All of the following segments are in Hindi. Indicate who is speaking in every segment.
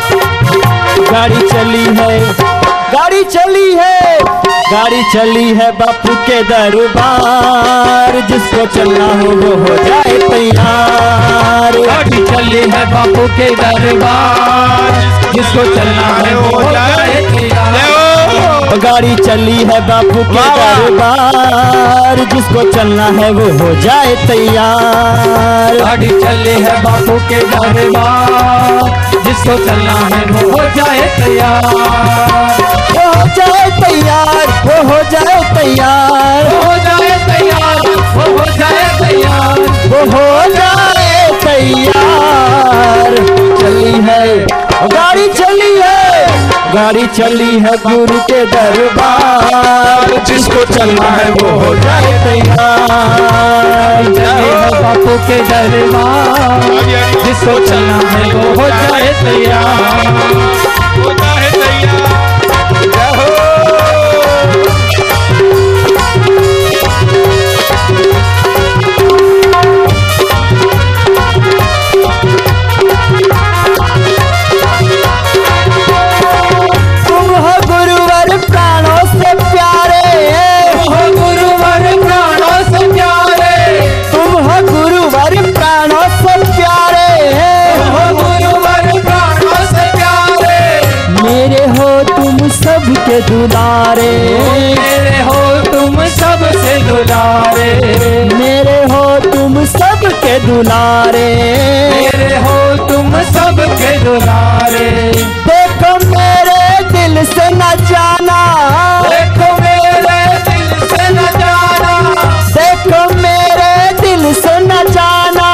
Speaker 1: गाड़ी चली है गाड़ी चली है गाड़ी चली है बापू के दरबार जिसको चलना हो वो हो जाए तैयार
Speaker 2: गाड़ी चली है बापू के दरबार जिसको चलना है वो जाए
Speaker 1: और गाड़ी चली है बापू के दरबार जिसको चलना है वो हो जाए तैयार
Speaker 2: गाड़ी चली है बापू के दरबार जिसको चलना है वो हो जाए तैयार
Speaker 1: वो हो जाए तैयार वो हो जाए तैयार
Speaker 2: हो जाए तैयार वो हो जाए तैयार
Speaker 1: वो हो जाए तैयार चली है गाड़ी चली है गाड़ी चली है गुरु के दरबार जिसको चलना है वो हो जाए तैयार
Speaker 2: चली है बापू के दरबार जिसको चलना है वो हो जाए तैयार
Speaker 1: तुम हो गुरुवर प्राणों से प्यारे
Speaker 2: हो गुरुवर प्राणों से प्यारे
Speaker 1: तुम हो गुरुवर प्राणों से प्यारे
Speaker 2: हो गुरुवर प्राणों से प्यारे
Speaker 1: मेरे हो तुम सबके दुलारे
Speaker 2: मेरे हो तुम सबसे दुलारे
Speaker 1: मेरे हो तुम सबके दुलारे
Speaker 2: मेरे हो तुम सबके दुलारे
Speaker 1: देखो मेरे दिल से न जाना
Speaker 2: देखो मेरे दिल से न जाना
Speaker 1: देखो मेरे दिल से न जाना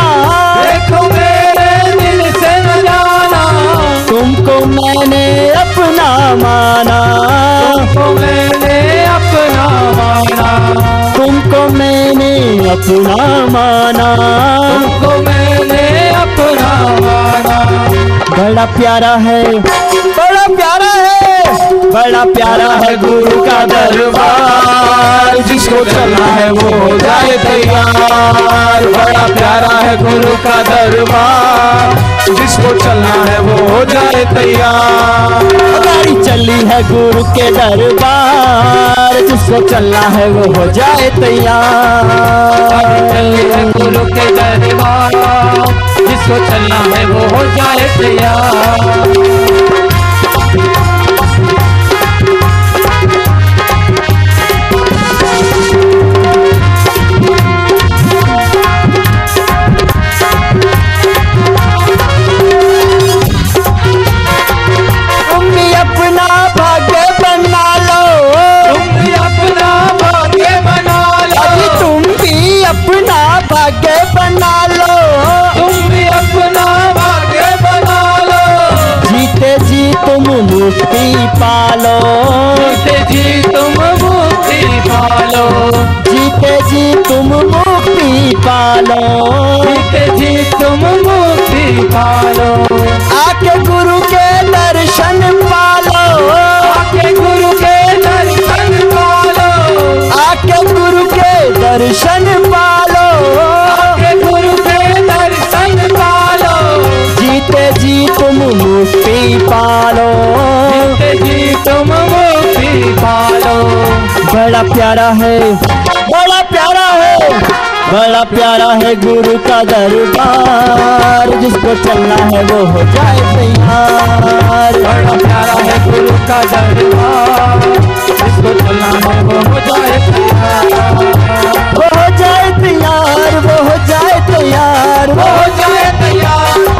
Speaker 2: देखो मेरे दिल से न जाना
Speaker 1: तुमको मैंने अपना माना
Speaker 2: तुमको मैंने अपना माना
Speaker 1: तुमको मैंने अपना माना
Speaker 2: तुमको मैंने अपना माना
Speaker 1: बड़ा प्यारा है बड़ा प्यारा है बड़ा प्यारा है गुरु का दरबार जिसको चलना है वो हो जाए तैयार बड़ा प्यारा है गुरु का दरबार
Speaker 2: जिसको चलना है वो हो जाए तैयार
Speaker 1: गाड़ी चली है गुरु के दरबार जिसको चलना है वो हो जाए तैयार
Speaker 2: चले है गुरु के दरबार जिसको चलना है वो हो जाए तैयार
Speaker 1: तुम भी अपना भाग्य बना लो
Speaker 2: तुम भी अपना भाग्य बना लो
Speaker 1: अभी तुम भी अपना भाग्य बना लो
Speaker 2: तुम भी अपना भाग्य बना लो
Speaker 1: जीते जी तुम मुक्ति पालो
Speaker 2: जीते जी तुम मुक्ति पालो
Speaker 1: जीते जी तुम मुक्ति पालो
Speaker 2: जीते जी तुम मुक्ति पालो
Speaker 1: आके गुरु के दर्शन पालो
Speaker 2: आके गुरु के दर्शन पालो
Speaker 1: आके गुरु के दर्शन पालो
Speaker 2: आके गुरु के दर्शन पालो
Speaker 1: जीते जी तुम मुक्ति पालो
Speaker 2: जीते जी तुम मुक्ति पालो
Speaker 1: बड़ा प्यारा है बड़ा प्यारा है बड़ा प्यारा है गुरु का दरबार जिसको चलना है वो हो जाए तैयार
Speaker 2: बड़ा प्यारा है गुरु का दरबार जिसको चलना है वो हो जाए तैयार।
Speaker 1: वो हो जाए तैयार वो हो जाए तैयार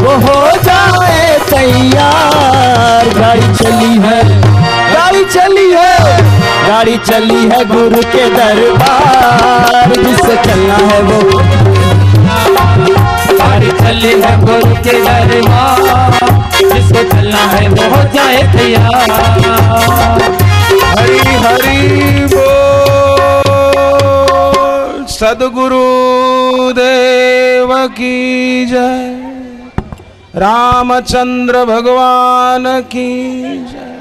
Speaker 2: वो
Speaker 1: वो वो
Speaker 2: हो जाए तैयार वो हो जाए तैयार
Speaker 1: हो जाए तैयार गाड़ी चली है गाड़ी चली है गाड़ी चली है गुरु के दरबार जिससे चलना है वो
Speaker 2: गाड़ी चले है गुरु के दरबार जिसको चलना है वो हो जाए तैयार
Speaker 3: हरी हरी बोल सदगुरु देव की जय रामचंद्र भगवान की जय